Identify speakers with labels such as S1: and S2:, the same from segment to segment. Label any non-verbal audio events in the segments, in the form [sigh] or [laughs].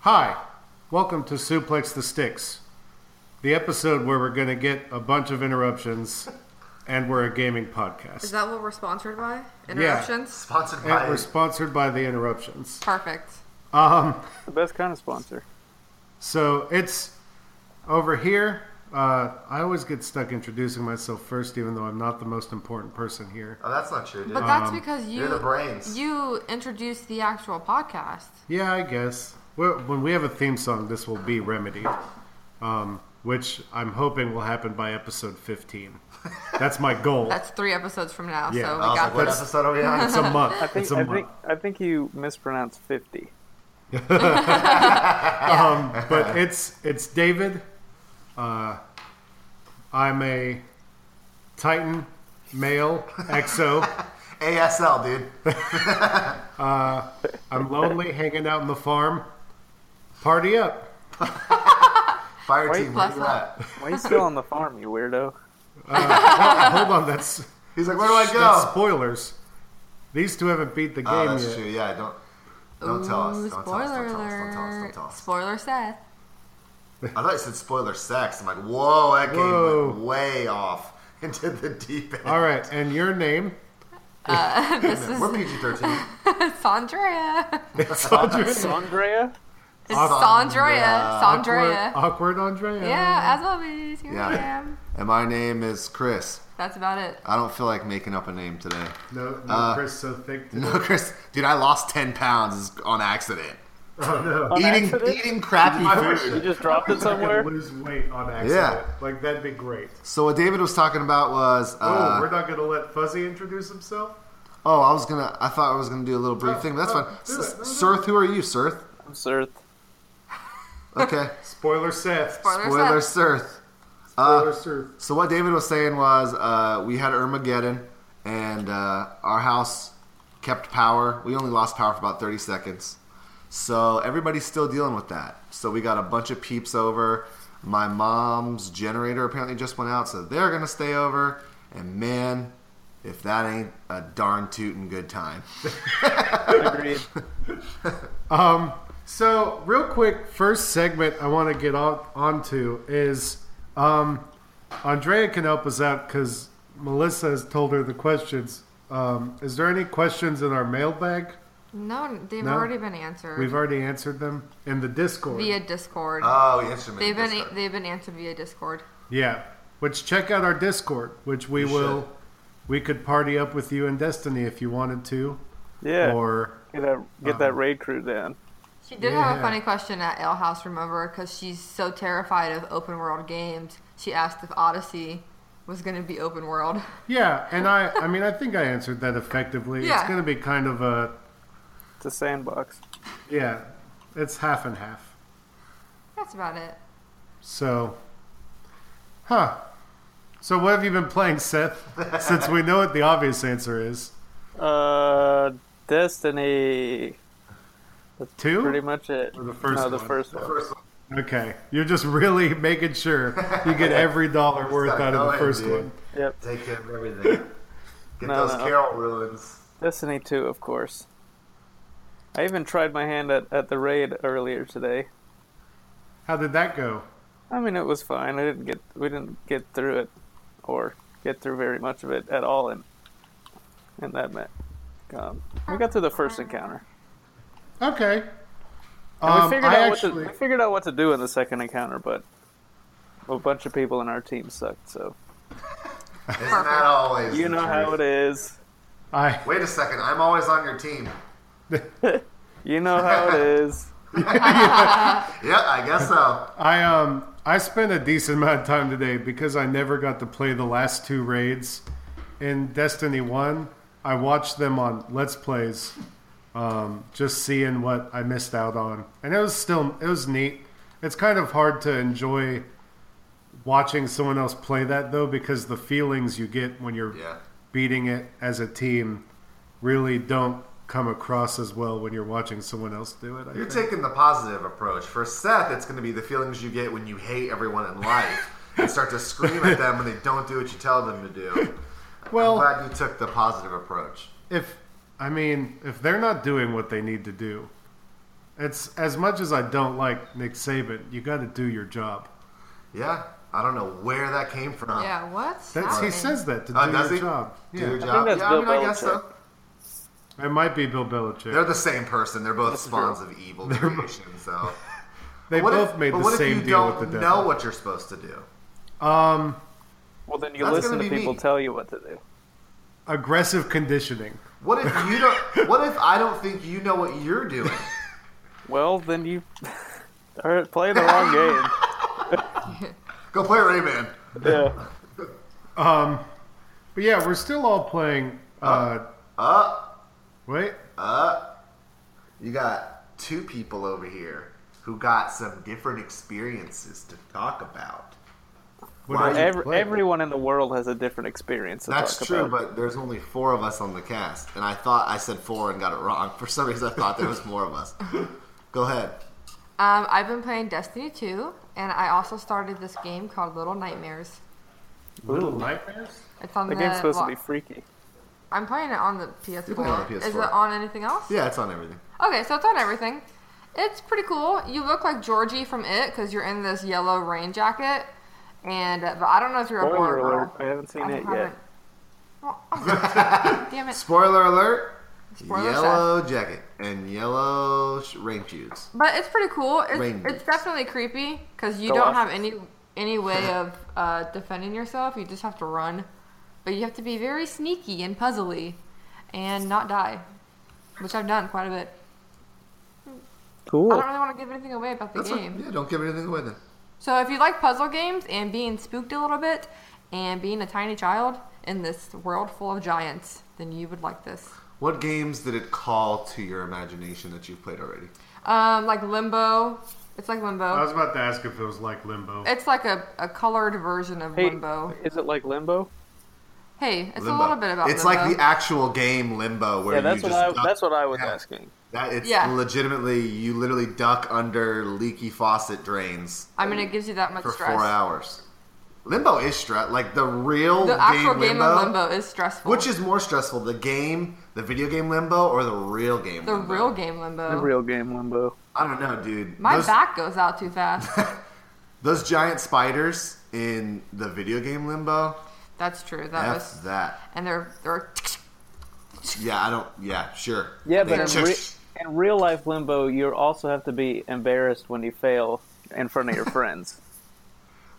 S1: Hi, welcome to Suplex the Sticks, the episode where we're going to get a bunch of
S2: [laughs]
S1: interruptions and we're a gaming
S2: Is
S1: podcast.
S2: that what we're sponsored by? Interruptions?
S3: Sponsored
S1: And
S3: by
S1: we're sponsored by the interruptions.
S2: Perfect.
S1: Um,
S4: The best kind of sponsor.
S1: so it's over here. Uh, I always get stuck introducing myself first, even though I'm not the most important person here.
S3: Oh, that's not true, dude.
S2: But that's because you
S3: you're the brains.
S2: you introduced the actual podcast.
S1: Yeah, I guess. Well, When we have a theme song, this will be remedied, um, which I'm hoping will happen by episode
S2: [laughs]
S1: 15. That's my goal.
S2: That's three episodes from now,
S1: Yeah.
S2: so we
S3: I was
S2: got
S3: like, what
S2: this.
S3: episode are
S2: [laughs]
S3: we on?
S1: It's a month.
S4: I think
S1: it's a
S4: I
S1: month.
S4: think I think you mispronounced fifty.
S3: [laughs]
S1: but it's it's David. Uh, I'm a Titan male exo.
S3: ASL, dude.
S1: I'm
S3: [laughs]
S1: lonely, hanging out in the farm. Party up!
S3: Fire
S4: Wait,
S3: team, where
S2: plus
S3: you at?
S4: Why you still on the farm, you weirdo?
S1: Uh, hold on, that's,
S3: He's like, where do I
S1: that's
S3: go?
S1: spoilers. These two haven't beat the game
S3: Oh, that's
S1: yet.
S3: true. Yeah, don't don't tell us.
S2: Ooh,
S3: Don't tell us.
S2: spoiler
S3: Don't tell us. Don't tell us. Don't
S2: alert.
S3: tell us.
S2: Spoiler Seth.
S3: I thought you said spoiler sex. I'm like, whoa, that game
S1: Whoa.
S3: went way off [laughs] into the deep end.
S1: All right, and your
S3: [laughs]
S1: name?
S2: [laughs] This is [laughs]
S3: We're PG-13.
S2: it's Andrea.
S1: It's Andre-
S4: Andrea?
S2: It's
S3: Sandra.
S2: Sandrea.
S1: awkward,
S2: Sandrea.
S1: awkward Andrea.
S2: Yeah, as always. Here I
S3: Yeah.
S2: am.
S3: and my name is Chris.
S2: That's about it.
S3: I don't feel like making up a name today. [laughs]
S1: No, no
S3: Uh,
S1: Chris, so thick. Today.
S3: No, Chris, dude, I lost ten pounds on accident.
S1: Oh no.
S4: On
S3: eating
S4: accident?
S3: eating crappy food.
S4: You just dropped it
S1: I'm gonna [laughs]
S4: somewhere?
S1: lose weight on accident.
S3: Yeah.
S1: Like that'd be great.
S3: So what David was talking about was uh,
S1: Oh, we're not gonna let Fuzzy introduce himself.
S3: Oh, I was gonna. I thought I was gonna do a little brief
S1: Oh,
S3: thing, but that's
S1: oh,
S3: fine.
S1: do it.
S3: S-
S1: No,
S3: Sirth, who are
S1: [laughs]
S3: you, Sirth?
S4: I'm Sirth.
S3: Okay,
S1: Spoiler Seth.
S2: Spoiler
S3: spoiler,
S2: Seth.
S3: Sirth. Uh.
S1: Spoiler Seth.
S3: So what David was saying was, uh, we had Armageddon, and uh, our house kept power. We only lost power for about thirty seconds, so everybody's still dealing with that. So we got a bunch of peeps over. My mom's generator apparently just went out, so they're gonna stay over. And man, if that ain't a darn tootin' good time.
S4: Agreed.
S1: So, real quick, first segment I want to get on onto is um, Andrea can help us out because Melissa has told her the questions. Um, is there any questions in our mailbag?
S2: No, they've
S1: No?
S2: already been answered
S1: We've already answered them in the Discord.
S2: via Discord.
S3: Oh, the instrument.
S2: they've been e-
S3: Discord.
S2: they've been answered via Discord.
S1: Yeah, which check out our Discord, which we
S3: You
S1: will.
S3: should.
S1: We could party up with you in Destiny if you wanted to,
S4: Yeah.
S1: or uh,
S4: get that get that raid crew down.
S2: She did have
S1: Yeah.
S2: a funny question at Ale House, remember? Because she's so terrified of open world games. She asked if Odyssey was going to be open world. [laughs]
S1: yeah. And I, I mean, I think I answered that effectively. It's
S2: Yeah.
S1: going to be kind of a
S4: It's a sandbox.
S1: yeah, it's half and half.
S2: That's about it.
S1: So, huh. So, what have you been playing,
S4: [laughs]
S1: Seth? Since we know what the obvious answer is.
S4: Uh Destiny. That's
S1: Two?
S4: pretty much it.
S1: the first
S4: no, the
S1: one.
S4: first one.
S1: Okay. You're just really [laughs] making sure you
S4: [laughs]
S1: get every dollar worth
S3: gotta
S1: out
S3: go
S1: of the
S3: in,
S1: first
S3: dude.
S1: one.
S4: Yep.
S3: Take care of everything. Get
S4: No,
S3: those
S4: no.
S3: Carol
S4: [laughs]
S3: ruins.
S4: Destiny two, of course. I even tried my hand at, at the raid earlier today.
S1: How did that go?
S4: I mean, it was fine. I didn't get we didn't get through it, or get through very much of it at all. In in that met, um, we got through the first encounter.
S1: Okay.
S4: And
S1: Um,
S4: we figured
S1: I
S4: out
S1: actually,
S4: what to, we figured out what to do in the second encounter, but a bunch of people in our team sucked. So
S3: Isn't that always?
S4: you
S3: the
S4: know
S3: truth?
S4: how it is.
S1: I
S3: Wait a second. I'm always on your team.
S4: You know how it is.
S3: Yeah, I guess so.
S1: I um I spent a decent amount of time today because I never got to play the last two raids in Destiny One. I watched them on Let's Plays, um, just seeing what I missed out on, and it was still it was neat. It's kind of hard to enjoy watching someone else play that though because the feelings you get when you're
S3: Yeah.
S1: beating it as a team really don't come across as well when you're watching someone else do it. I
S3: You're
S1: think.
S3: taking the positive approach. For Seth, it's going to be the feelings you get when you hate everyone in life and start to scream at them when they don't do what you tell them to do.
S1: well,
S3: I'm glad you took the positive approach.
S1: if I mean, if they're not doing what they need to do, It's as much as I don't like Nick Saban, you got to do your job.
S3: Yeah, I don't know where that came from.
S2: Yeah, what?
S1: That's, he says that to do
S3: Oh,
S1: your
S3: does he?
S1: job.
S3: do
S1: yeah,
S3: your
S4: think
S3: job.
S4: that's
S3: yeah, I
S4: Bill
S3: mean, I guess so.
S4: Belichick.
S1: it might be Bill Belichick.
S3: They're the same person. They're both spawns
S4: true.
S3: of evil creation. So
S1: [laughs] they
S3: What
S1: both
S3: if-
S1: made
S3: but
S1: the
S3: what if
S1: same
S3: you
S1: deal
S3: don't
S1: with the
S3: know
S1: devil.
S3: what you're supposed to do.
S1: um,
S4: [laughs] Well, then you
S3: That's
S4: listen
S3: gonna
S4: to
S3: be
S4: people
S3: me.
S4: tell you what to do.
S1: aggressive conditioning.
S3: What if you don't? [laughs] what if I don't think you know what you're doing?
S4: Well, then you [laughs] are play the wrong game.
S3: Go play Rayman.
S4: [laughs] Yeah.
S1: Um, but yeah, we're still all playing. Uh,
S3: Uh,
S1: wait,
S3: you got two people over here who got some different experiences to talk about.
S1: what
S3: Why
S1: are you
S4: Every,
S1: playing?
S4: everyone in the world has a different experience. To
S3: That's
S4: talk
S3: true,
S4: about.
S3: but there's only four of us on the cast, and I thought I said four and got it wrong. [laughs] For some reason, I thought there was more of us. Go ahead.
S2: Um, I've been playing Destiny 2, and I also started this game called Little Nightmares.
S1: little nightmares.
S2: It's on
S4: the
S2: the.
S4: game's supposed to be
S2: lo-
S4: freaky.
S2: I'm playing it on the
S3: You're playing it on
S2: PS4.
S3: the
S2: Is it
S3: PS4.
S2: on anything else?
S3: Yeah, it's on everything.
S2: Okay, so it's on everything. It's pretty cool. You look like Georgie from It because you're in this yellow rain jacket, and uh, but I don't know if you're a
S4: Spoiler
S2: boy or
S4: alert!
S2: girl.
S4: I haven't seen
S2: I
S4: it yet.
S2: haven't- Well, I'm- [laughs] Damn it.
S3: Spoiler alert.
S2: Spoiler
S3: yellow jacket and yellow sh- rain shoes.
S2: But it's pretty cool. It's,
S3: Rain
S2: it's
S3: boots.
S2: definitely creepy because you
S4: Go
S2: don't
S4: off.
S2: have any any way of uh, defending yourself. You just have to run, but you have to be very sneaky and puzzly, and not die, which I've done quite a bit.
S4: Cool.
S2: I don't really want to give anything away about the
S3: That's what,
S2: game.
S3: yeah, don't give anything away then.
S2: So if you like puzzle games and being spooked a little bit and being a tiny child in this world full of giants, then you would like this.
S3: What games did it call to your imagination that you've played already?
S2: Um, like Limbo. It's like Limbo.
S1: I was about to ask if it was like Limbo.
S2: it's like a, a colored version of
S4: Hey,
S2: Limbo.
S4: is it like Limbo?
S2: Hey, it's
S3: Limbo.
S2: a little bit about
S3: It's
S2: Limbo.
S3: like the actual game Limbo, where
S4: Yeah, that's
S3: you
S4: what
S3: just
S4: I.
S3: duck-
S4: That's what I was
S3: Yeah.
S4: asking.
S3: that it's
S2: Yeah.
S3: legitimately you literally duck under leaky faucet drains
S2: I mean, it gives you that much
S3: for
S2: stress.
S3: four hours. Limbo is stress, like the real
S2: The actual game,
S3: limbo,
S2: of Limbo is stressful.
S3: Which is more stressful, the game, the video game Limbo, or the real game?
S2: the
S3: Limbo?
S2: real game Limbo.
S4: The real game Limbo.
S3: I don't know, dude.
S2: My
S3: Those-
S2: back goes out too
S3: [laughs]
S2: fast.
S3: Those giant spiders in the video game Limbo.
S2: That's true. That
S3: F
S2: was,
S3: that.
S2: and they're they're
S3: Yeah, I don't. Yeah, sure.
S4: Yeah,
S3: They
S4: but in,
S3: check-
S4: re- in real life Limbo, you also have to be embarrassed when you fail in
S3: [laughs]
S4: front of your friends.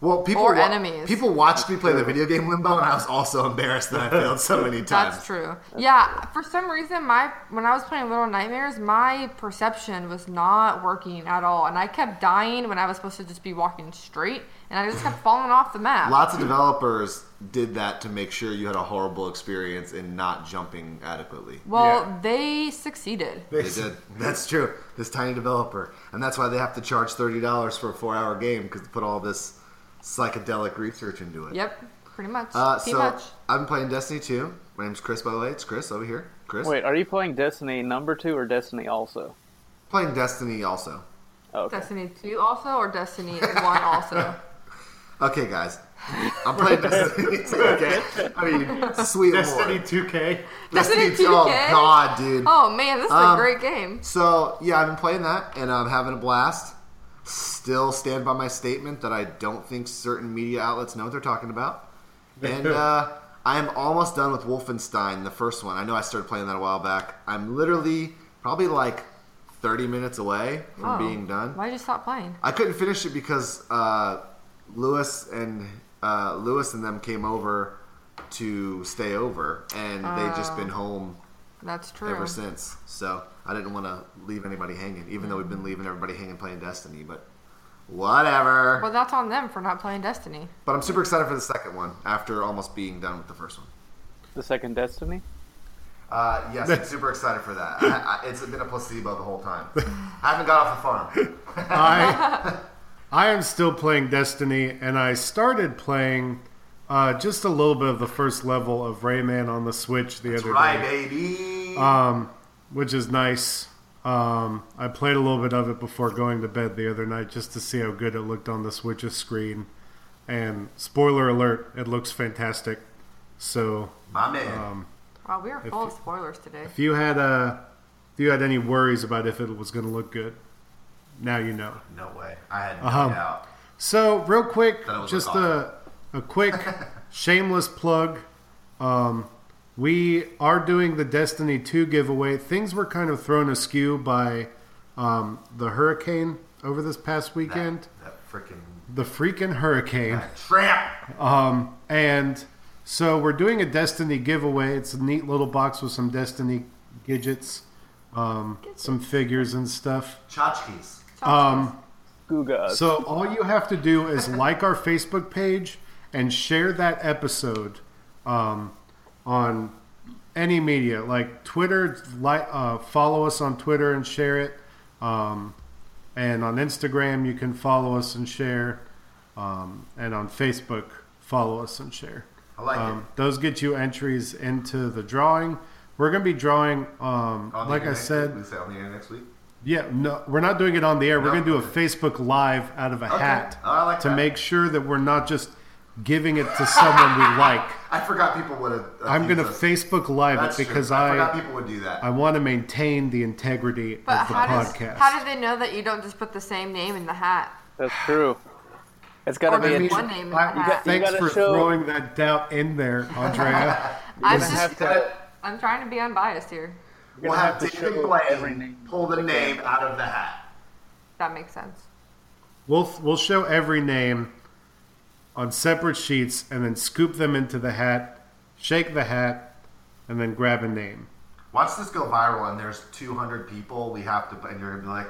S3: well, people
S2: Or
S3: wa-
S2: enemies.
S3: People watched me play the video game Limbo, and I was also embarrassed that I failed so many times.
S2: That's true. Yeah, for some reason, my when I was playing Little Nightmares, my perception was not working at all, and I kept dying when I was supposed to just be walking straight, and I just
S3: [laughs]
S2: kept falling off the map.
S3: Lots of developers did that to make sure you had a horrible experience in not jumping adequately.
S2: well,
S1: Yeah.
S2: they succeeded.
S3: They did. That's true. This tiny developer, and that's why they have to charge thirty dollars for a four-hour game because they put all this psychedelic research into it.
S2: Yep, pretty much.
S3: Uh,
S2: pretty
S3: so
S2: much.
S3: I've been playing Destiny 2. My name's Chris, by the way. It's Chris over here. Chris.
S4: Wait, are you playing Destiny number two or Destiny also?
S3: Playing Destiny also.
S4: Okay.
S2: Destiny two also, or Destiny
S1: [laughs]
S2: one also.
S3: Okay, guys. I'm playing Destiny 2. Okay. I mean, sweet
S1: Destiny
S3: lord.
S1: 2K.
S2: Destiny 2K?
S3: Oh, God, dude.
S2: Oh man, this is
S3: Um,
S2: a great game.
S3: So, yeah, I've been playing that, and I'm having a blast. Still stand by my statement that I don't think certain media outlets know what they're talking about. And uh, I am almost done with Wolfenstein, the first one. I know I started playing that a while back. I'm literally probably like 30 minutes away from
S2: Oh,
S3: being done.
S2: Why'd you stop playing?
S3: I couldn't finish it because uh, Lewis and uh, Lewis and them came over to stay over, and they just been home
S2: That's true.
S3: ever since. So I didn't want to leave anybody hanging, even though we've been leaving everybody hanging playing Destiny. But whatever.
S2: Well, that's on them for not playing Destiny.
S3: but I'm super excited for the second one after almost being done with the first one.
S4: The second Destiny?
S3: Uh, yes, I'm super excited for that. I, I, it's been a placebo the
S1: [laughs]
S3: whole time. I haven't got off the farm.
S1: I I am still playing Destiny, and I started playing uh, just a little bit of the first level of Rayman on the Switch the other
S3: Right,
S1: day.
S3: baby.
S1: um, which is nice. Um, I played a little bit of it before going to bed the other night just to see how good it looked on the Switch's screen. And spoiler alert, it looks fantastic. So
S3: My man.
S1: um,
S2: Wow, we are full of spoilers today.
S1: if you had uh, if you had any worries about if it was going to look good, Now you know.
S3: No way. I had no
S1: Uh-huh.
S3: doubt.
S1: So real quick,
S3: That was
S1: just
S3: awesome.
S1: a a
S3: [laughs]
S1: quick shameless plug. Um, we are doing the Destiny Two giveaway. Things were kind of thrown askew by um, the hurricane over this past
S3: That,
S1: weekend.
S3: that freaking
S1: The freaking hurricane.
S3: tramp.
S1: Um, and so we're doing a Destiny giveaway. It's a neat little box with some Destiny gadgets, um, some figures and stuff.
S3: Tchotchkes.
S1: Um,
S4: Gugas.
S1: so all you have to do
S3: [laughs]
S1: is like our Facebook page and share that episode um, on any media, like Twitter. Like, uh, follow us on Twitter and share it, um, and on Instagram you can follow us and share, um, and on Facebook follow us and share.
S3: I like it.
S1: Um, those get you entries into the drawing. We're gonna be drawing, um,
S3: On the
S1: like
S3: air
S1: I
S3: next
S1: said,
S3: week? we say on the air next week.
S1: yeah, no, we're not doing it on the air. We're
S3: No?
S1: going to do a Facebook Live out of a
S3: Okay.
S1: hat
S3: Oh, I like
S1: to
S3: that.
S1: make sure that we're not just giving it to
S3: [laughs]
S1: someone we like.
S3: I forgot people would have.
S1: I'm going to Facebook Live
S3: That's
S1: it
S3: true.
S1: because
S3: I forgot
S1: I
S3: people would do that.
S1: I want to maintain the integrity of the
S2: But how does
S1: podcast.
S2: how do they know that you don't just put the same name in the hat?
S4: That's true. It's got
S2: Or
S4: to be.
S2: maybe
S4: A,
S2: one-
S4: ch-
S2: name in the
S1: I-
S2: hat.
S1: thanks
S4: You
S1: for
S4: gotta show-
S1: throwing that doubt in there,
S3: [laughs]
S1: Andrea.
S2: I'm
S4: gonna
S2: just
S4: have to-
S2: I'm trying to be unbiased here.
S3: we'll
S4: gonna
S3: have,
S4: have to
S3: David
S4: show
S3: Blaine
S4: every name.
S3: pull the name out of the hat.
S2: That makes sense.
S1: we'll we'll show every name on separate sheets and then scoop them into the hat, shake the hat, and then grab a name.
S3: Watch this go viral, and there's 200 people. We have to, and you're gonna be like,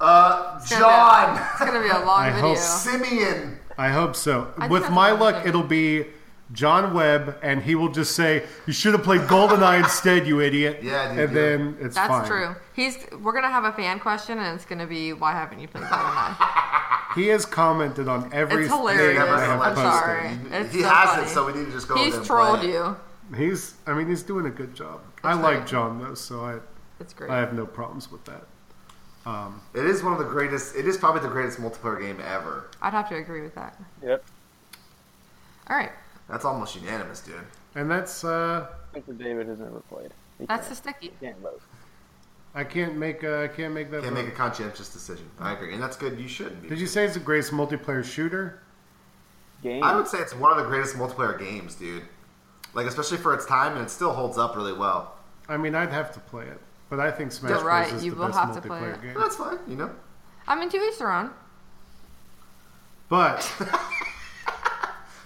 S3: uh,
S2: It's gonna be- it's
S3: John, [laughs]
S2: gonna be a long
S1: I hope
S2: video.
S3: Simeon.
S1: I hope so.
S2: think
S1: With
S2: that's
S1: my
S2: what I'm
S1: luck,
S2: thinking.
S1: it'll be John Webb, and he will just say, "You should have played GoldenEye instead, you idiot."
S3: Yeah, dude,
S1: and
S3: do it.
S1: then it's
S2: That's
S1: fine.
S2: true. He's we're gonna have a fan question and it's gonna be why haven't you played Goldeneye?
S1: He has commented on every.
S2: It's hilarious.
S1: thing I have
S2: I'm
S1: posted.
S2: sorry. It's
S3: he
S2: so
S3: has
S2: funny.
S3: it, so we need to just go. with
S2: He's
S3: him,
S2: trolled
S3: play it.
S2: you.
S1: He's. I mean, he's doing a good job. I
S2: That's
S1: like
S2: right.
S1: John though, so I,
S2: It's great.
S1: I have no problems with that.
S3: It is one of the greatest. It is probably the greatest multiplayer game ever.
S2: I'd have to agree with that.
S4: yep.
S2: All right.
S3: That's almost unanimous, dude.
S1: And that's. uh
S4: I think that David has never played. He
S2: That's the
S4: can't,
S2: sticky.
S4: can't vote.
S1: I can't make. Uh, I can't make that.
S3: Can't make a
S1: vote.
S3: conscientious decision. I agree, and that's good. You shouldn't be.
S1: Did you say it's the greatest multiplayer shooter?
S4: Game.
S3: I would say it's one of the greatest multiplayer games, dude. Like especially for its time, and it still holds up really well.
S1: I mean, I'd have to play it, but I think Smash
S2: You're
S1: Bros.
S2: right,
S1: is
S2: you
S1: the
S2: will
S1: best
S2: have to play
S1: multiplayer
S2: it.
S1: game.
S3: That's fine, you know.
S2: I mean, to each their own.
S1: But [laughs]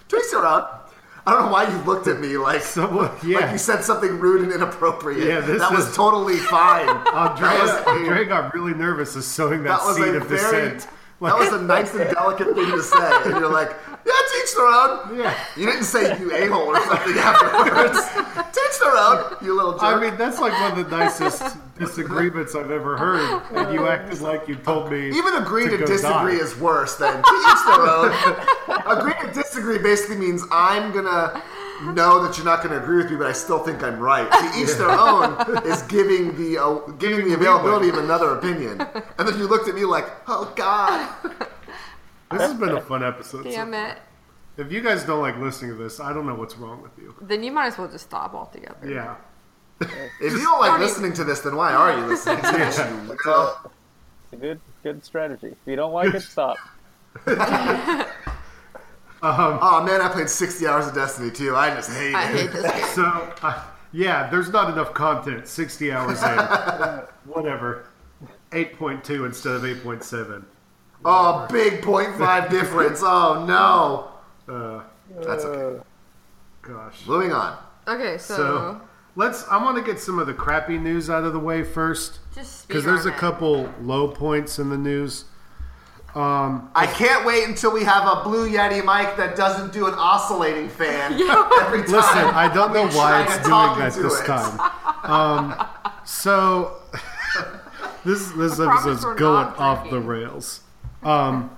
S3: Twist around. I don't know why you looked at me like
S1: so yeah.
S3: like you said something rude and inappropriate.
S1: Yeah, this
S3: that
S1: is- [laughs]
S3: was totally fine.
S1: Andrea,
S3: [laughs] that was,
S1: Andrea got really nervous as sowing that,
S3: that was
S1: seed
S3: a
S1: of [laughs]
S3: very
S1: dissent.
S3: that was a nice and delicate thing to say, and you're like, yeah, teach their own.
S1: yeah.
S3: You didn't say you a hole or something [laughs]
S1: [laughs]
S3: afterwards. teach their own, you little jerk.
S1: I mean, that's like one of the nicest disagreements I've ever heard. And you acted like you told me.
S3: Even agree to,
S1: go
S3: disagree
S1: die.
S3: is worse than to each their [laughs] own. agree to disagree basically means I'm gonna know that you're not gonna agree with me, but I still think I'm right. To each their own is giving the uh, giving the availability of another opinion. And then you looked at me like, oh god.
S1: This has been a fun episode.
S2: Damn it.
S1: If you guys don't like listening to this, I don't know what's wrong with you.
S2: Then you might as well just stop altogether.
S1: Yeah.
S3: If you don't like
S2: Don't e- even-
S3: listening to this, then why are you listening to
S1: [laughs]
S3: this? you weirdo?
S4: It's a good, good strategy. If you don't like
S3: [laughs]
S4: it, stop.
S3: Oh man, I played 60 hours of Destiny too. I just hate
S2: I
S3: it.
S2: hate this
S3: [laughs]
S2: game.
S1: So, uh, yeah, there's not enough content. 60 hours in.
S3: [laughs]
S1: Whatever. 8.2 instead of 8.7.
S3: Oh, big 0.5 difference. Oh no.
S1: Uh,
S3: That's okay.
S1: gosh.
S3: Moving on.
S2: Okay, so,
S1: So, let's. I want to get some of the crappy news out of the way first.
S2: just
S1: Because there's
S2: speedrun
S1: a
S2: it.
S1: couple low points in the news.
S3: I can't wait until we have a Blue Yeti mic that doesn't do an oscillating fan every time.
S1: Listen, I don't know why
S3: tried
S1: it's
S3: to
S1: doing
S3: talk
S1: that
S3: into
S1: this
S3: it.
S1: time. Um, so [laughs] this this
S2: promise
S1: episode's
S2: we're
S1: going
S2: not
S1: off the
S2: drinking.
S1: rails. Um,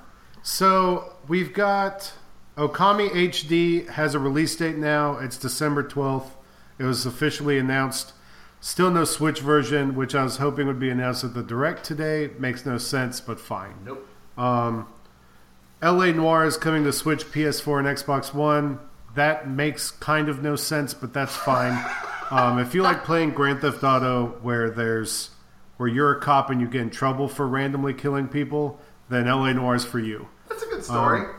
S1: so we've got Okami HD has a release date now. It's December twelfth. It was officially announced. Still no Switch version, which I was hoping would be announced at the direct today. Makes no sense, but fine.
S3: Nope.
S1: LA Noir is coming to Switch, PS4, and Xbox One. That makes kind of [laughs] no sense, but that's fine. um, if you like playing Grand Theft Auto, where there's where you're a cop and you get in trouble for randomly killing people, then LA Noir is for you.
S5: That's a good story.
S1: Um,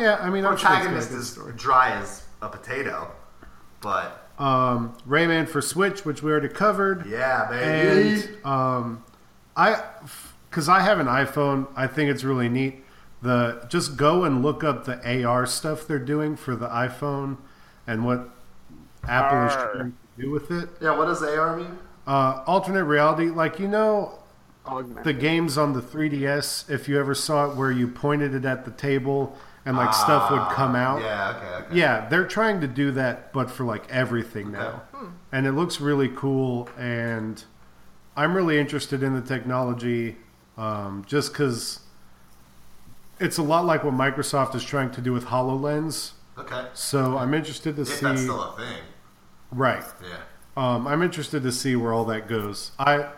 S1: Yeah, I mean, I'm sure it's got a
S5: Protagonist
S1: good
S5: is
S1: story.
S5: dry as a potato, but
S1: Um, Rayman for Switch, which we already covered.
S5: yeah, baby.
S1: And um, I, because I have an iPhone, I think it's really neat. The just go and look up the AR stuff they're doing for the iPhone and what Apple is
S4: Arr.
S1: trying to do with it.
S5: yeah, what does AR mean?
S1: Uh, alternate reality, like you know,
S4: Augment.
S1: the games on the 3DS, if you ever saw it, where you pointed it at the table and like stuff
S3: Ah,
S1: would come out.
S5: Ah, Yeah, okay, okay.
S1: Yeah, they're trying to do that, but for like everything now. And it looks really cool, and I'm really interested in the technology um, just because it's a lot like what Microsoft is trying to do with HoloLens.
S5: Okay.
S1: So I'm interested to
S5: If
S1: see.
S5: that's still a thing.
S1: right.
S5: Yeah.
S1: Um, I'm interested to see where all that goes. I,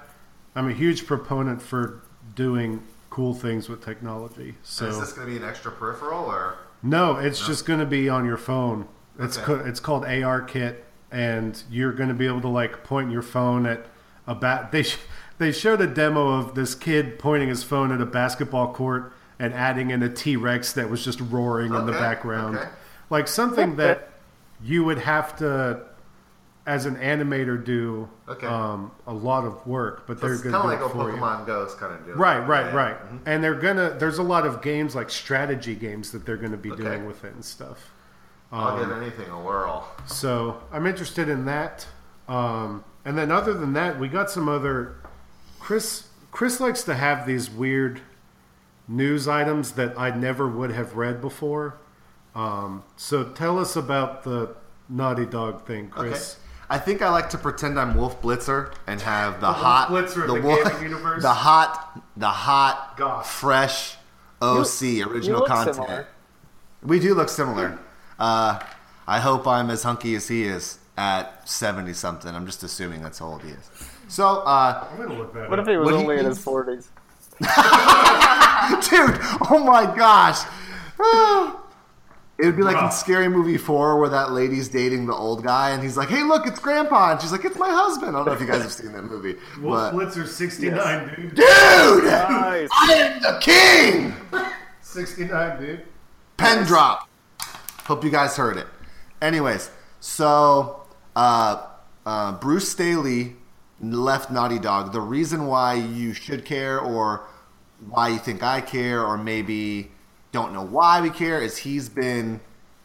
S1: I'm a huge proponent for doing cool things with technology. So
S5: Is this going to be an extra peripheral or?
S1: No, it's just going to be on your phone. It's
S5: Okay.
S1: co- it's called AR Kit, and you're going to be able to like point your phone at a bat. They sh- they showed a demo of this kid pointing his phone at a basketball court and adding in a T Rex that was just roaring in the
S5: Okay,
S1: background,
S5: okay.
S1: like something that you would have to, as an animator, do
S5: Okay.
S1: um, a lot of work. But
S5: So
S1: they're
S5: it's
S1: going
S5: kind
S1: to
S5: of
S1: do
S5: like
S1: it
S5: what
S1: for you.
S5: Pokemon Go is kind of doing.
S1: Right, right,
S5: Yeah. Mm-hmm.
S1: right. And they're gonna. There's a lot of games like strategy games that they're gonna be
S5: Okay.
S1: doing with it and stuff. Um,
S5: I'll give anything a whirl.
S1: So I'm interested in that. Um, and then other than that, we got some other. Chris Chris likes to have these weird news items that I never would have read before. Um, so tell us about the Naughty Dog thing, Chris.
S3: I think I like to pretend I'm Wolf Blitzer and have the, hot
S1: Blitzer of the
S3: Wolf-
S1: gaming universe.
S3: [laughs] the hot, the hot,
S1: Gosh.
S3: fresh OC original
S4: look
S3: content.
S4: similar.
S3: We do look similar. Uh, I hope I'm as hunky as he is at seventy something. I'm just assuming that's how old he is. So, uh,
S1: I'm gonna look that
S4: What
S1: up.
S4: if he was
S3: What do you
S4: only in
S3: mean?
S4: his forties?
S3: [laughs] dude, oh my gosh. It would be like in Scary Movie 4 where that lady's dating the old guy and he's like, hey, look, it's grandpa. And she's like, it's my husband. I don't know if you guys have seen that movie.
S1: Wolf
S3: But,
S1: Blitzer 69, dude.
S3: dude,
S4: Nice.
S3: I am the king!
S1: 69, dude.
S3: Pen drop. Hope you guys heard it. Anyways, so uh, uh, Bruce Staley left Naughty Dog. The reason why you should care, or why you think I care, or maybe don't know why we care, is he's been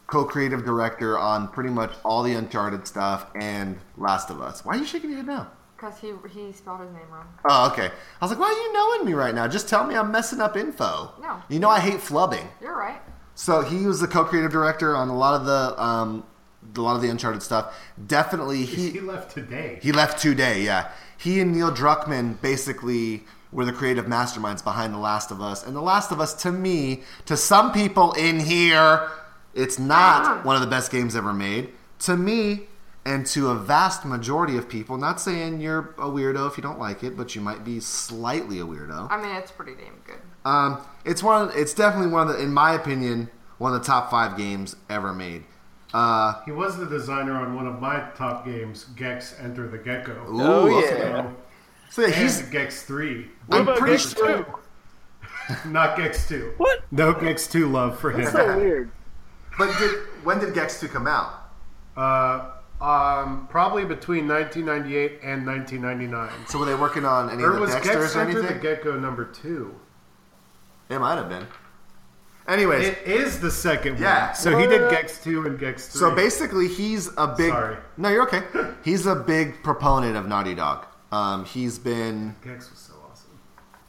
S3: co-creative director on pretty much all the Uncharted stuff and Last of Us. Why are you shaking your head now?
S2: Because he, he spelled his name wrong.
S3: Oh, okay. I was like, why are you knowing me right now? Just tell me I'm messing up info.
S2: No.
S3: You know I hate flubbing.
S2: You're right.
S3: So he was the co-creative director on a lot of the um, a lot of the Uncharted stuff. Definitely,
S1: He
S3: he
S1: left today.
S3: he left today. Yeah, he and Neil Druckmann basically were the creative masterminds behind The Last of Us. And The Last of Us, to me, to some people in here, it's not one of the best games ever made. To me, and to a vast majority of people, not saying you're a weirdo if you don't like it, but you might be slightly a weirdo.
S2: I mean, it's pretty damn good.
S3: Um, it's one. Of, it's definitely one of the, in my opinion, one of the top five games ever made. Uh,
S1: He was the designer on one of my top games, Gex Enter the Gecko.
S3: ooh,
S4: Oh,
S3: okay.
S4: yeah.
S3: So yeah,
S1: And
S3: he's.
S1: Gex 3.
S3: I'm
S4: about
S3: pretty
S4: Gex
S3: sure.
S4: two?
S1: Not Gex 2.
S4: What?
S1: No Gex 2 love for him. [laughs]
S4: So weird.
S5: But did, when did Gex 2 come out?
S1: Uh, um, probably between 1998 and 1999.
S3: So were they working on any
S1: Or
S3: of the
S1: was
S3: Dexters
S1: Gex
S3: or
S1: Enter the
S3: anything?
S1: Gecko number 2?
S3: It might have been. Anyways,
S1: It is the second
S5: Yeah.
S1: one. So he did Gex 2 and Gex 3.
S3: so basically, he's a big.
S1: Sorry.
S3: No, you're okay. He's a big proponent of Naughty Dog. Um, he's been
S1: Gex was so awesome.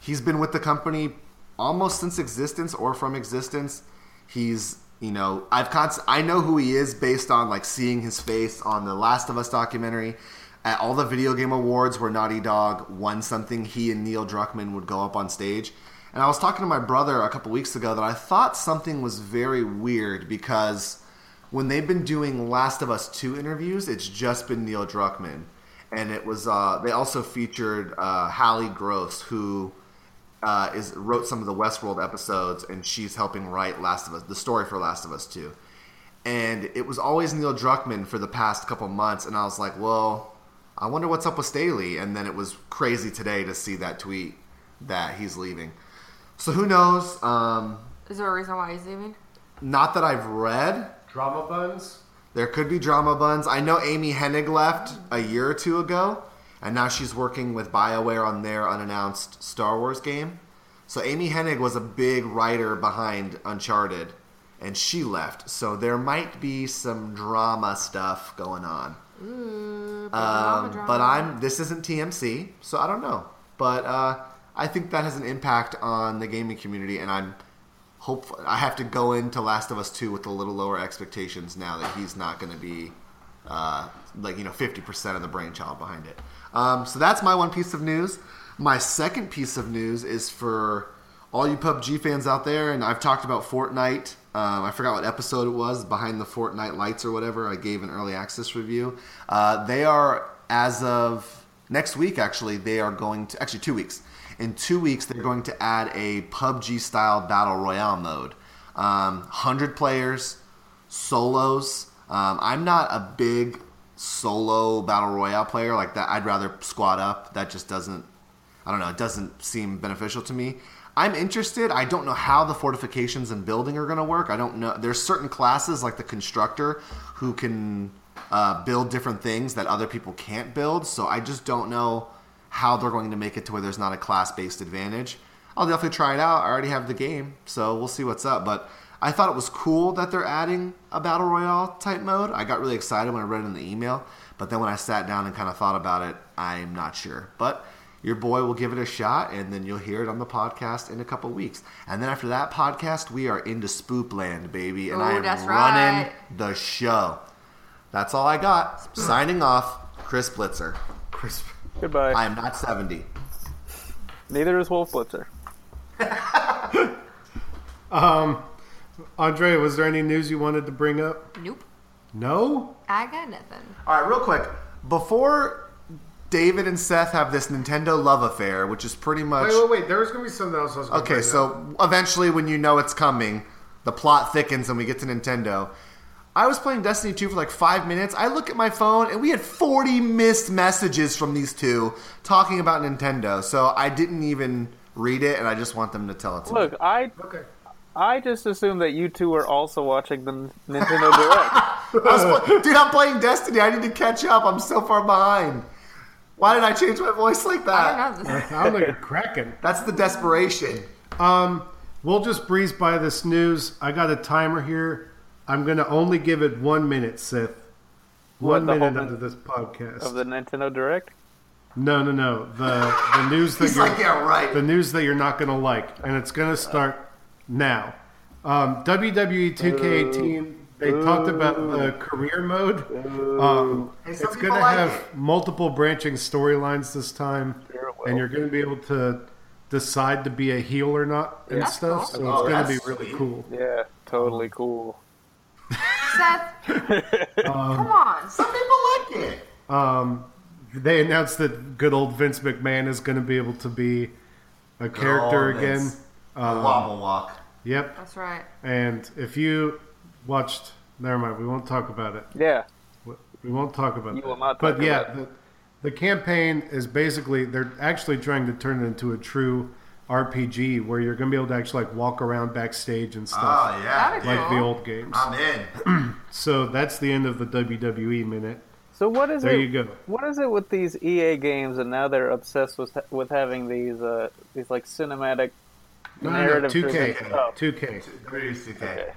S3: he's been with the company almost since existence or from existence. He's you know I've const- I know who he is based on like seeing his face on the Last of Us documentary. At all the video game awards where Naughty Dog won something, he and Neil Druckmann would go up on stage. And I was talking to my brother a couple weeks ago that I thought something was very weird because when they've been doing Last of Us 2 interviews, it's just been Neil Druckmann. And it was, uh, they also featured uh, Hallie Gross, who uh, is wrote some of the Westworld episodes, and she's helping write Last of Us, the story for Last of Us 2. And it was always Neil Druckmann for the past couple months, and I was like, well, I wonder what's up with Staley. And then it was crazy today to see that tweet that he's leaving. So who knows? Um,
S2: Is there a reason why he's leaving?
S3: not that I've read.
S1: Drama buns.
S3: There could be drama buns. I know Amy Hennig left a year or two ago, and now she's working with BioWare on their unannounced Star Wars game. So Amy Hennig was a big writer behind Uncharted, and she left. So there might be some drama stuff going on.
S2: drama,
S3: Um,
S2: drama.
S3: but I'm this isn't TMC, so I don't know. But uh, I think that has an impact on the gaming community, and I'm hopeful. I have to go into Last of Us Two with a little lower expectations now that he's not going to be uh, like you know 50% of the brainchild behind it. Um, so that's my one piece of news. My second piece of news is for all you PUBG fans out there, and I've talked about Fortnite. Um, I forgot what episode it was, behind the Fortnite lights or whatever. I gave an early access review. Uh, they are as of next week. Actually, they are going to actually two weeks. In two weeks, they're going to add a PUBG style battle royale mode. Um, Hundred players, solos. Um, I'm not a big solo battle royale player like that. I'd rather squad up. That just doesn't. I don't know. It doesn't seem beneficial to me. I'm interested. I don't know how the fortifications and building are going to work. I don't know. There's certain classes like the constructor who can uh, build different things that other people can't build. So I just don't know how they're going to make it to where there's not a class-based advantage. I'll definitely try it out. I already have the game, so we'll see what's up. But I thought it was cool that they're adding a battle royale type mode. I got really excited when I read it in the email, but then when I sat down and kind of thought about it, I'm not sure. But your boy will give it a shot, and then you'll hear it on the podcast in a couple weeks. And then after that podcast, we are into Spoop Land, baby, and
S2: Ooh,
S3: I am
S2: that's
S3: running
S2: right.
S3: the show. That's all I got. Signing off, Chris Blitzer.
S1: Crisp.
S4: Goodbye.
S3: I am not 70.
S4: Neither is Wolf Blitzer.
S1: Andre, was there any news you wanted to bring up?
S2: Nope.
S1: No.
S2: I got nothing.
S3: All right, real quick. Before David and Seth have this Nintendo love affair, which is pretty much.
S1: Wait, wait, wait. There was gonna be something else. I was gonna
S3: Okay,
S1: bring up.
S3: so eventually, when you know it's coming, the plot thickens and we get to Nintendo. I was playing Destiny 2 for like five minutes. I look at my phone and we had 40 missed messages from these two talking about Nintendo. So I didn't even read it and I just want them to tell it to me.
S4: Look, I
S1: okay.
S4: I just assumed that you two were also watching the
S1: [laughs]
S4: Nintendo Direct.
S3: I was pl- dude, I'm playing Destiny. I need to catch up. I'm so far behind. Why did I change my voice like
S2: I
S3: that?
S2: don't know this.
S3: [laughs]
S1: I'm like a kraken.
S3: That's the desperation.
S1: Um, we'll just breeze by this news. I got a timer here. I'm gonna only give it one minute, Seth. One
S4: the whole
S1: minute
S4: min-
S1: under this podcast.
S4: of the Nintendo Direct.
S1: no, no, no. The
S3: [laughs]
S1: the news that
S3: He's
S1: you're
S3: like, yeah, right.
S1: the news that you're not gonna like, and it's gonna start now. Um, WWE 2K18. They talked about the career mode. Um,
S3: Hey, some
S1: it's
S3: people
S1: gonna
S3: like
S1: have
S3: it.
S1: multiple branching storylines this time,
S4: Sure it will.
S1: and you're gonna be able to decide to be a heel or not and
S2: That's
S1: stuff.
S2: awesome.
S1: So
S3: Oh,
S1: it's gonna be
S3: that's
S1: really
S3: sweet.
S1: cool.
S4: Yeah, totally cool.
S2: Seth,
S1: [laughs]
S2: come on.
S3: Some people like it.
S1: Um, they announced that good old Vince McMahon is going to be able to be a character
S3: old
S1: again. Um,
S3: Vince. The wobble walk.
S1: Yep.
S2: That's right.
S1: And if you watched, never mind. We won't talk about it.
S4: Yeah,
S1: We won't talk about
S4: You
S1: it.
S4: will not
S1: but
S4: talk
S1: yeah,
S4: about
S1: the, the campaign is basically they're actually trying to turn it into a true RPG where you're going to be able to actually like walk around backstage and stuff
S3: Oh
S2: That'd
S3: yeah, Ah.
S2: be
S1: like the
S2: cool.
S1: old games.
S3: I'm in.
S1: So that's the end of the WWE minute.
S4: So what is
S1: There
S4: it?
S1: you go.
S4: What is it with these EA games, and now they're obsessed with with having these uh, these like cinematic
S1: No, no,
S4: narrative
S1: 2K,
S4: stuff.
S1: 2K.
S3: Agrees, 2K.
S4: Okay.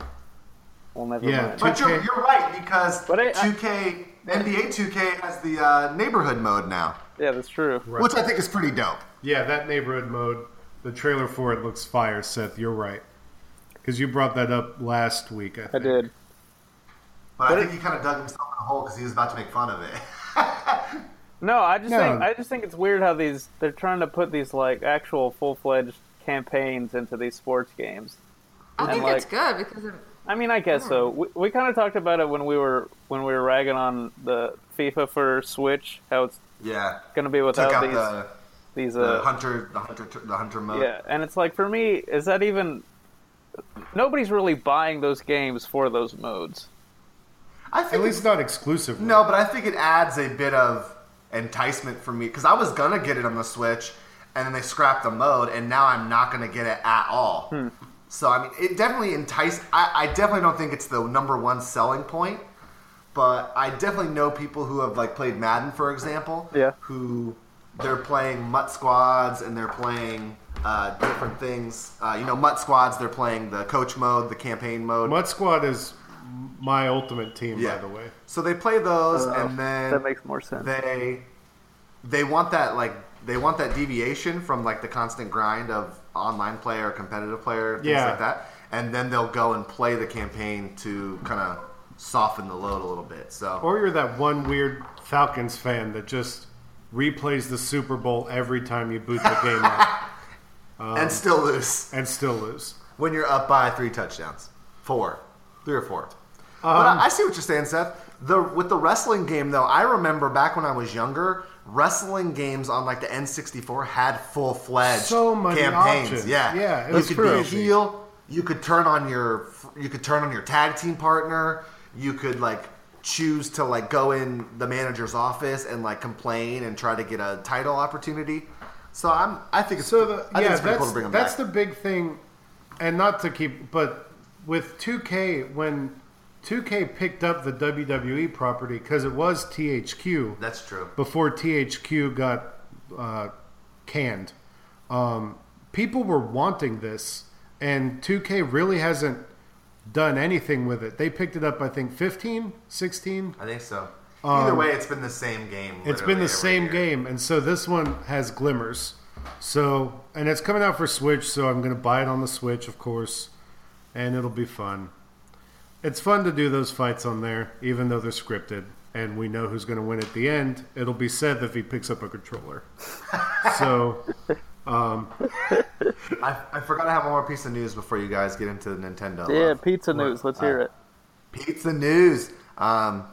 S4: Well, never
S1: Yeah,
S4: mind.
S1: two-
S3: But you're,
S1: 2K.
S3: you're right because
S4: But I- I-
S3: 2K NBA 2K has the uh, neighborhood mode now,
S4: Yeah, that's true.
S1: Right.
S3: which I think is pretty dope.
S1: Yeah, that neighborhood mode. The trailer for it looks fire, Seth. You're right. Because you brought that up last week. I,
S4: I
S1: think.
S4: did.
S3: But, I
S4: But it-
S3: think he kind of dug himself in a hole because he was about to make fun of it. [laughs]
S4: No, I just
S1: No.
S4: think I just think it's weird how these they're trying to put these like actual full fledged campaigns into these sports games.
S2: I think
S4: like-
S2: it's good because it,
S4: I mean, I guess so. We, we kind of talked about it when we were when we were ragging on the FIFA for Switch, how it's
S3: yeah,
S4: going to be
S3: took
S4: without
S3: out
S4: these
S3: the,
S4: these
S3: the
S4: uh,
S3: hunter the hunter the hunter mode.
S4: Yeah, and it's like for me, is that even? Nobody's really buying those games for those modes.
S3: I think
S1: At least not exclusively.
S3: No, but I think it adds a bit of enticement for me because I was gonna get it on the Switch, and then they scrapped the mode, and now I'm not gonna get it at all.
S4: Hmm.
S3: So I mean, it definitely enticed. I, I definitely don't think it's the number one selling point, but I definitely know people who have like played Madden, for example,
S4: Yeah.
S3: who they're playing Mutt squads and they're playing. Uh, different things, uh, you know, Mutt squads. They're playing the coach mode, the campaign mode.
S1: Mud Squad is my ultimate team,
S3: Yeah.
S1: by the way.
S3: So they play those, and then
S4: Oh, that makes more sense.
S3: they they want that like they want that deviation from like the constant grind of online player, competitive player, things
S1: Yeah.
S3: like that, and then they'll go and play the campaign to kind of soften the load a little bit. So
S1: Or you're that one weird Falcons fan that just replays the Super Bowl every time you boot the game
S3: [laughs]
S1: up
S3: and still lose
S1: and still lose.
S3: when you're up by three touchdowns, four, three or four. but
S1: Um,
S3: I, I see what you're saying, Seth. The with the wrestling game though, I remember back when I was younger, wrestling games on like the N64 had full fledged
S1: So many
S3: campaigns.
S1: options.
S3: Yeah,
S1: Yeah, it
S3: you
S1: was
S3: could be a
S1: crazy.
S3: heel. You could turn on your you could turn on your tag team partner. You could like choose to like go in the manager's office and like complain and try to get a title opportunity. So I'm I think it's
S1: So the,
S3: I think
S1: yeah,
S3: it's
S1: that's,
S3: pretty cool to bring them
S1: that's
S3: back.
S1: the big thing, and not to keep, but with 2K when 2K picked up the WWE property because it was THQ.
S3: that's true.
S1: before THQ got uh, canned. Um, people were wanting this, and 2K really hasn't done anything with it. They picked it up, I think, 15, 16.
S3: I think so. Either way, it's been the same game.
S1: Um, It's been
S3: literally every
S1: the same
S3: year.
S1: game, and so this one has glimmers. So, and it's coming out for Switch, so I'm going to buy it on the Switch, of course, and it'll be fun. It's fun to do those fights on there, even though they're scripted, and we know who's going to win at the end. It'll be Seth if he picks up a controller. so,
S3: I, I forgot I have one more piece of news before you guys get into the Nintendo.
S4: yeah,
S3: love.
S4: pizza news. Let's hear it.
S3: pizza news. Um,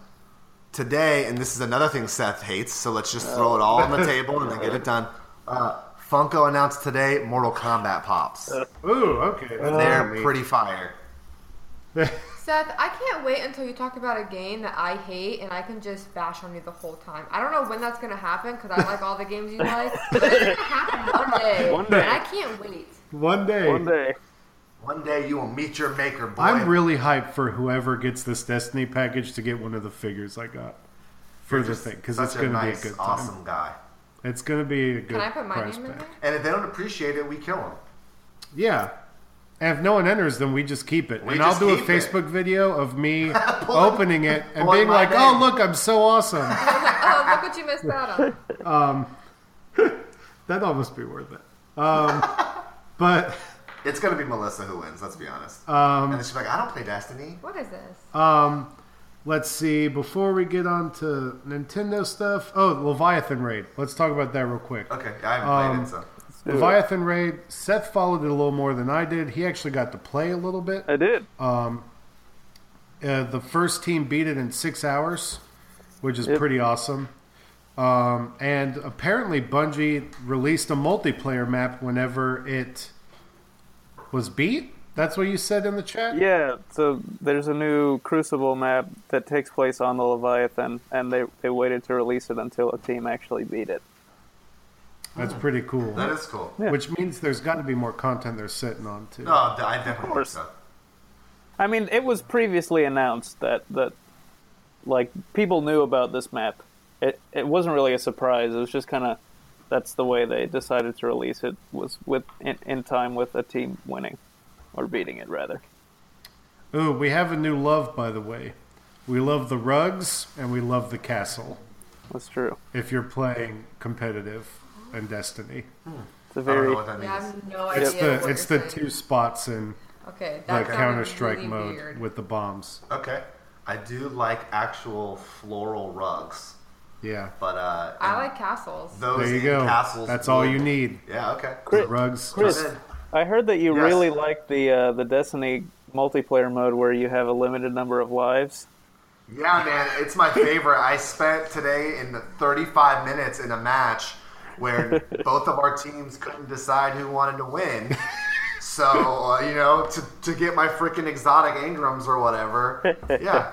S3: today, and this is another thing Seth hates, so let's just throw it all on
S1: [laughs]
S3: the table and then get it done. Uh, Funko announced today Mortal Kombat pops.
S1: ooh, okay.
S3: They're pretty fire.
S2: Seth, I can't wait until you talk about a game that I hate and I can just bash on you the whole time. I don't know when that's gonna happen
S1: [laughs]
S2: because I like all the games you like, but it's gonna happen one day.
S4: One day.
S2: And I can't wait.
S1: [laughs] One day,
S4: One day.
S3: One day you will meet your maker, boy.
S1: I'm really hyped for whoever gets this Destiny package to get one of the figures I got for the thing because
S3: Such
S1: it's going to
S3: nice,
S1: be a good time.
S3: awesome guy.
S1: It's going to be a good
S2: Can I put my
S1: price
S2: name in
S1: pack.
S2: there?
S3: And if they don't appreciate it, we kill him.
S1: Yeah. And if no one enters, then we just keep it.
S3: We
S1: and I'll
S3: just
S1: do a
S3: keep
S1: Facebook video of me opening it and
S3: [laughs] pulling
S1: being
S3: my
S1: like, oh,
S3: name."
S1: look, I'm so awesome.
S2: Oh, look what you missed out on.
S1: That'd almost be worth it. Um,
S3: [laughs]
S1: but
S3: It's gonna be Melissa who wins. Let's be honest. Um, and then she's like, I don't play Destiny.
S2: What is
S1: [laughs]
S2: this?
S1: let's see. Before we get on to Nintendo stuff, oh, Leviathan Raid. Let's talk about that real quick.
S3: Okay, I haven't played it,
S1: Um,
S3: so
S4: Dude,
S1: Leviathan Raid, Seth followed it a little more than I did. He actually got to play a little bit.
S4: I did.
S1: Uh, the first team beat it in six hours, which is
S4: Yep.
S1: pretty awesome. Um, and apparently, Bungie released a multiplayer map whenever it was beat. That's what you said in the chat.
S4: Yeah, so there's a new Crucible map that takes place on the Leviathan, and they, they waited to release it until a team actually beat it.
S1: that's pretty cool.
S3: that is cool.
S4: yeah.
S1: Which means there's got to be more content they're sitting on too.
S3: No, I definitely think
S4: course.
S3: so.
S4: I mean, it was previously announced that, that like, people knew about this map. It, it wasn't really a surprise. It was just kind of that's the way they decided to release it was with in, in time with a team winning or beating it rather.
S1: Ooh, we have a new love, by the way. We love the rugs and we love the castle.
S4: That's true.
S1: If you're playing competitive and Destiny,
S4: It's a
S3: I don't
S4: very
S3: know what that means.
S2: Yeah, I have no idea.
S1: it's the
S2: what
S1: it's the
S2: you're
S1: two
S2: saying.
S1: spots in
S2: Okay,
S1: the
S2: that
S1: Counter Strike mode
S2: Weird.
S1: with the bombs.
S3: Okay. I do like actual floral rugs,
S1: Yeah.
S3: but uh,
S2: I like castles.
S3: those
S1: There you
S3: in
S1: go.
S3: castles.
S1: That's
S3: would-
S1: all you need.
S3: Yeah. Okay.
S4: Chris,
S1: Rugs.
S4: Chris,
S3: Then-
S4: I heard that you
S3: Yes.
S4: really like the uh, the Destiny multiplayer mode where you have a limited number of lives.
S3: Yeah, man, it's my favorite. I spent today in the 35 minutes in a match where both of our teams couldn't decide who wanted to win. So, uh, you know, to, to get my freaking exotic Ingrams or whatever. Yeah.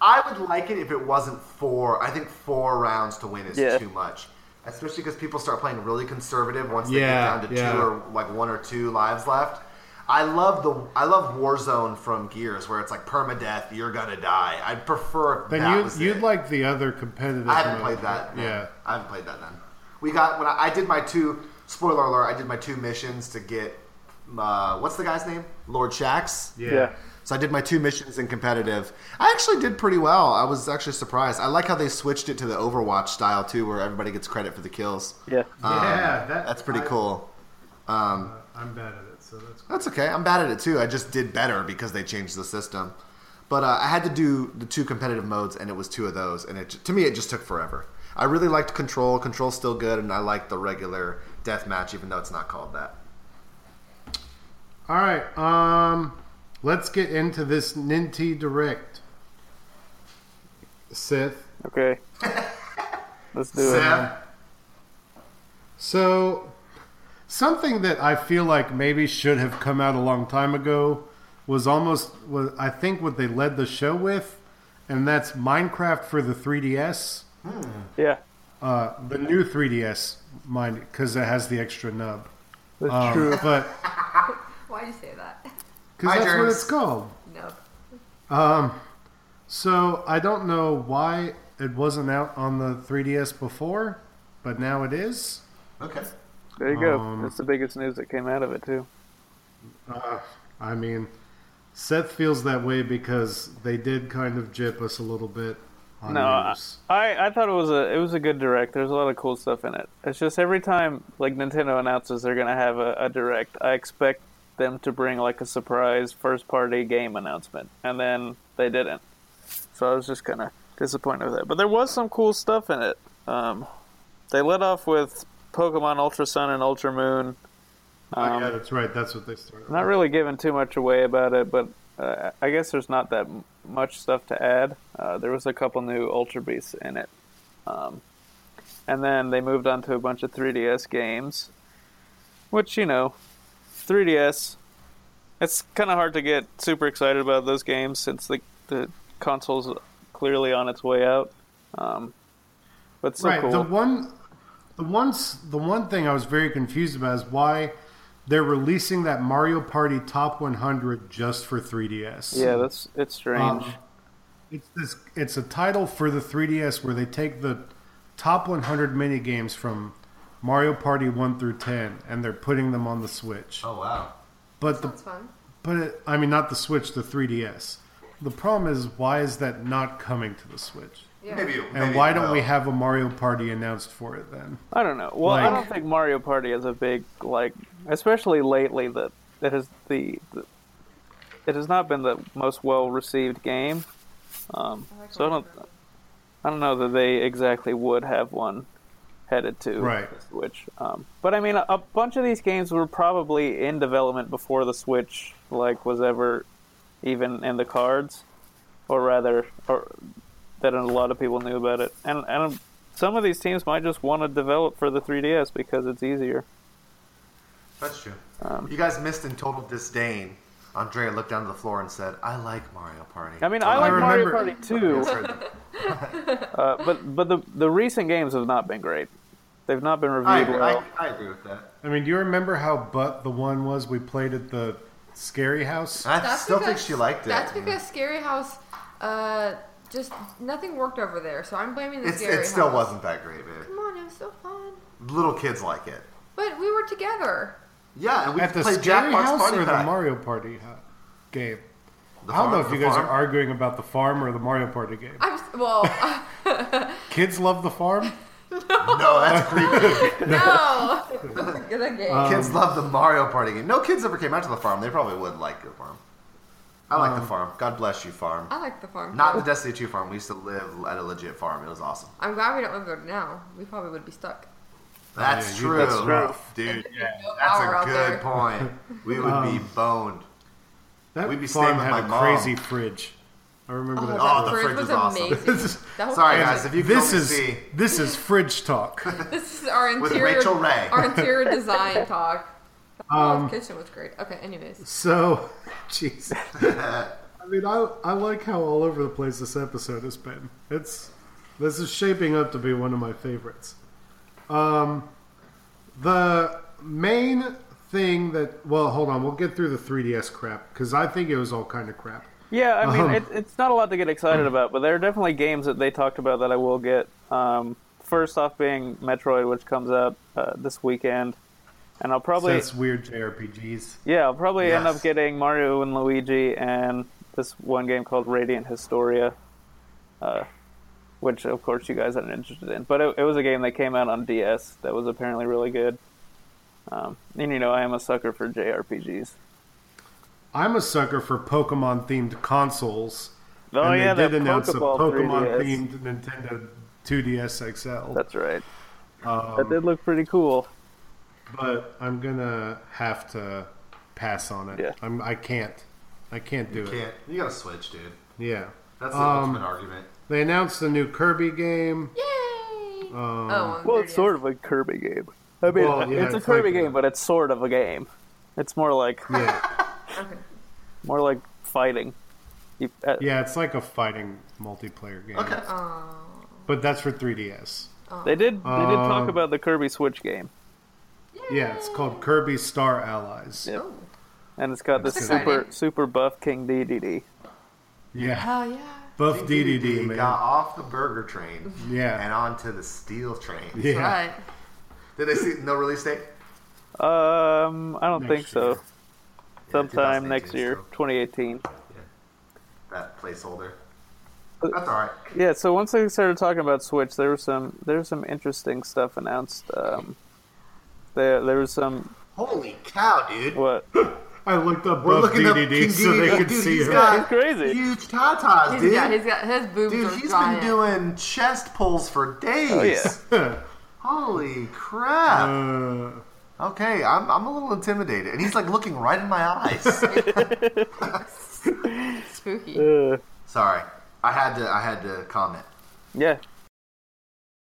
S3: I would like it if it wasn't four. I think four rounds to win is
S4: Yeah.
S3: too much, especially because people start playing really conservative once they
S1: Yeah,
S3: get down to
S1: yeah.
S3: two or like one or two lives left. I love the I love Warzone from Gears where it's like permadeath, you're gonna die. I'd prefer if
S1: Then
S3: that
S1: you
S3: was
S1: you'd
S3: it.
S1: like the other competitive.
S3: I haven't
S1: mode.
S3: played that. no.
S1: Yeah.
S3: I haven't played that. Then we got when I, I did my two. Spoiler alert! I did my two missions to get uh, what's the guy's name? Lord Shax.
S1: yeah,
S4: Yeah.
S3: So I did my two missions in competitive. I actually did pretty well. I was actually surprised. I like how they switched it to the Overwatch style too, where everybody gets credit for the kills.
S4: Yeah.
S1: Yeah, that-
S3: Um, that's pretty
S1: I-
S3: cool.
S1: I'm bad at it, so that's.
S3: That's okay. I'm bad at it too. I just did better because they changed the system. But uh, I had to do the two competitive modes, and it was two of those. And it to me, it just took forever. I really liked Control. Control's still good, and I like the regular deathmatch, even though it's not called that.
S1: All right, um, let's get into this Ninty Direct. Sith.
S4: Okay. Let's do it.
S3: Yeah.
S1: So, something that I feel like maybe should have come out a long time ago was almost was I think what they led the show with, and that's Minecraft for the 3DS,
S4: Yeah.
S1: uh, the new 3DS, mind because it has the extra nub.
S4: That's
S1: Um,
S4: true.
S1: but
S2: Why'd you say that? [laughs]
S1: because
S3: Hi,
S1: that's what
S3: germs.
S1: it's called.
S2: No.
S1: So I don't know why it wasn't out on the 3DS before, but now it is.
S3: Okay.
S4: There you go. That's the biggest news that came out of it too.
S1: I mean, Seth feels that way because they did kind of jip us a little bit. On
S4: No, I,
S1: news.
S4: I I thought it was a it was a good direct. There's a lot of cool stuff in it. It's just every time like Nintendo announces they're gonna have a, a direct, I expect them to bring like a surprise first party game announcement, and then they didn't. So I was just kind of disappointed with that. But there was some cool stuff in it. Um, they led off with Pokemon Ultra Sun and Ultra Moon.
S1: Oh,
S4: Um,
S1: yeah, that's right. That's what they started.
S4: not really giving too much away about it, but uh, I guess there's not that m- much stuff to add. Uh, there was a couple new Ultra Beasts in it, um, and then they moved on to a bunch of 3DS games, which you know, 3DS. It's kind of hard to get super excited about those games since the the console's clearly on its way out. Um, but so
S1: right.
S4: cool.
S1: The one, the ones, the one thing I was very confused about is why they're releasing that Mario Party Top 100 just for 3DS.
S4: yeah, that's it's strange.
S1: Um, it's this. It's a title for the 3DS where they take the top 100 mini games from Mario Party 1 through 10, and they're putting them on the Switch.
S3: Oh wow.
S1: but the
S2: That's fun.
S1: but it, I mean not the Switch, the 3DS. The problem is why is that not coming to the Switch?
S2: Yeah.
S5: Maybe,
S1: And
S5: maybe
S1: why
S5: it
S1: don't we
S5: will.
S1: have a Mario Party announced for it then?
S4: I don't know. Well, I
S1: Like-
S4: don't think Mario Party is a big like, especially lately that that has the, the it has not been the most well received game. Um, so I don't I don't know that they exactly would have one headed to
S1: Right.
S4: the Switch. Um, but I mean, a, a bunch of these games were probably in development before the Switch like was ever even in the cards, or rather, or that a lot of people knew about it. And and some of these teams might just want to develop for the 3DS because it's easier.
S3: That's true.
S1: Um,
S3: you guys missed in total disdain. Andrea looked down to the floor and said, "I like Mario Party."
S4: I mean, I like
S1: remember-
S4: Mario Party too, uh, but but the the recent games have not been great. They've not been
S3: I
S4: reviewed
S3: agree,
S4: well. [laughs]
S3: I, I agree with that.
S1: I mean, do you remember how butt the one was we played at the scary house?
S3: I still think she liked it.
S2: That's because Scary House, uh, just nothing worked over there. So I'm blaming the
S3: It's,
S2: Scary
S3: it still
S2: House.
S3: wasn't that great, babe.
S2: Come on, it was so fun.
S3: Little kids like it.
S2: But we were together.
S3: Yeah, and we
S1: At the
S3: played
S1: scary
S3: Jackbox
S1: house
S3: Party
S1: or the
S3: Pack.
S1: Mario Party uh, game?
S3: The
S1: I don't know
S3: farm-
S1: if you
S3: the
S1: guys
S3: farm.
S1: are arguing about the farm or the Mario Party game.
S2: I'm s-
S3: [laughs]
S2: well. [laughs]
S1: Kids love the farm.
S3: No,
S1: [laughs]
S3: that's creepy.
S2: no. That's a good game.
S1: Um,
S3: kids love the Mario Party game. No kids ever came out to the farm. They probably would like the farm. I like
S1: Um,
S3: the farm. God bless you, farm.
S2: I like the farm.
S3: Not the
S2: too.
S3: Destiny 2 farm. We used to live at a legit farm. It was awesome.
S2: I'm glad we don't live there now. We probably would be stuck.
S3: That's
S1: Oh, Yeah, you-
S3: true.
S1: that's rough.
S3: Dude, yeah,
S2: No
S3: that's
S2: power
S3: a
S2: out there.
S3: good point. We would
S1: Um,
S3: be boned.
S1: That
S3: We'd be staying
S1: farm
S3: with
S1: had
S3: my
S1: a
S3: mom.
S1: crazy fridge. I remember that.
S3: Oh, the
S2: That
S3: fridge was awesome. [laughs]
S2: amazing. That whole
S3: Sorry,
S2: fridge-
S3: guys, [laughs] if you could
S1: this
S3: only
S1: is
S3: see.
S1: this is fridge talk.
S2: This is our
S3: With
S2: interior.
S3: Rachel Ray.
S2: [laughs] Our interior
S3: [laughs]
S2: design Oh,
S1: [laughs]
S2: talk. The whole kitchen was great. Okay. Anyways.
S1: So, jeez. I mean, I, I like how all over the place this episode has been. It's this is shaping up to be one of my favorites. Um, the main thing that well, hold on, we'll get through the 3DS crap because I think it was all kind of crap.
S4: Yeah, I
S1: Um,
S4: mean, it, it's not a lot to get
S1: mm.
S4: excited about, but there are definitely games that they talked about that I will get. Um, first off, being Metroid, which comes out uh, this weekend, and I'll probably
S1: That's weird JRPGs.
S4: yeah, I'll probably end
S6: Yes.
S4: up getting Mario and Luigi and this one game called Radiant Historia, uh, which of course you guys aren't interested in. But it, it was a game that came out on DS that was apparently really good. Um, and you know, I am a sucker for JRPGs.
S1: I'm a sucker for Pokemon themed consoles.
S4: Oh
S1: and
S4: yeah,
S1: they
S4: that
S1: did announce
S4: Pokeball
S1: a Pokemon
S4: 3DS.
S1: themed Nintendo 2DS XL.
S4: That's right.
S1: Um,
S4: that did look pretty cool.
S1: but I'm gonna have to pass on it.
S4: Yeah.
S1: I'm, I can't. I can't do it.
S3: Can't you gotta switch, dude?
S1: Yeah.
S3: That's the
S1: Um,
S3: ultimate argument.
S1: They announced the new Kirby game.
S2: Yay!
S1: Um,
S2: oh,
S4: Well, it's sort of a Kirby game. I mean,
S1: Well, yeah,
S4: it's,
S1: it's
S4: a Kirby
S1: like
S4: game,
S1: a-
S4: but it's sort of a game. It's more like
S1: Yeah.
S4: more like fighting. You, uh,
S1: Yeah, it's like a fighting multiplayer game.
S3: Okay.
S2: um,
S1: But that's for 3DS.
S4: They did. They did talk
S1: Um,
S4: about the Kirby Switch game,
S1: Yeah, it's called Kirby Star Allies.
S4: Yeah.
S2: Oh.
S4: and it's got this
S1: That's
S4: super
S2: exciting.
S4: super buff King DDD.
S1: Yeah.
S2: Hell Oh, yeah.
S1: Buff
S3: DDD
S1: DDD, man.
S3: got off the burger train and
S1: Yeah.
S3: onto the steel train.
S1: Yeah.
S2: Right.
S3: Did they see no release date?
S4: Um, I don't
S1: Next
S4: think so.
S1: year.
S4: [laughs] Sometime
S3: 2018
S4: next year,
S3: still.
S4: 2018.
S3: That placeholder.
S4: Uh,
S3: That's all right.
S4: Yeah. So once they started talking about Switch, there was some there was some interesting stuff announced. Um, there there was some
S3: Holy cow, dude!
S4: what?
S1: I looked up
S3: We're
S1: Buff
S3: looking up
S1: DDD
S3: King
S1: so they
S3: DDD.
S1: could
S3: Dude,
S1: see
S3: he's
S1: her.
S3: got
S4: He's crazy.
S3: Huge tatas,
S2: He's
S3: dude.
S2: got, he's got his boobs
S3: dude,
S2: are
S3: he's
S2: giant.
S3: been doing chest pulls for days.
S4: Oh, yeah.
S1: [laughs]
S3: Holy crap!
S1: uh,
S3: okay, I'm, I'm a little intimidated, and he's like looking right in my
S1: [laughs]
S3: eyes.
S2: spooky.
S4: Uh,
S1: Uh,
S3: Sorry, I had to I had to comment.
S4: yeah.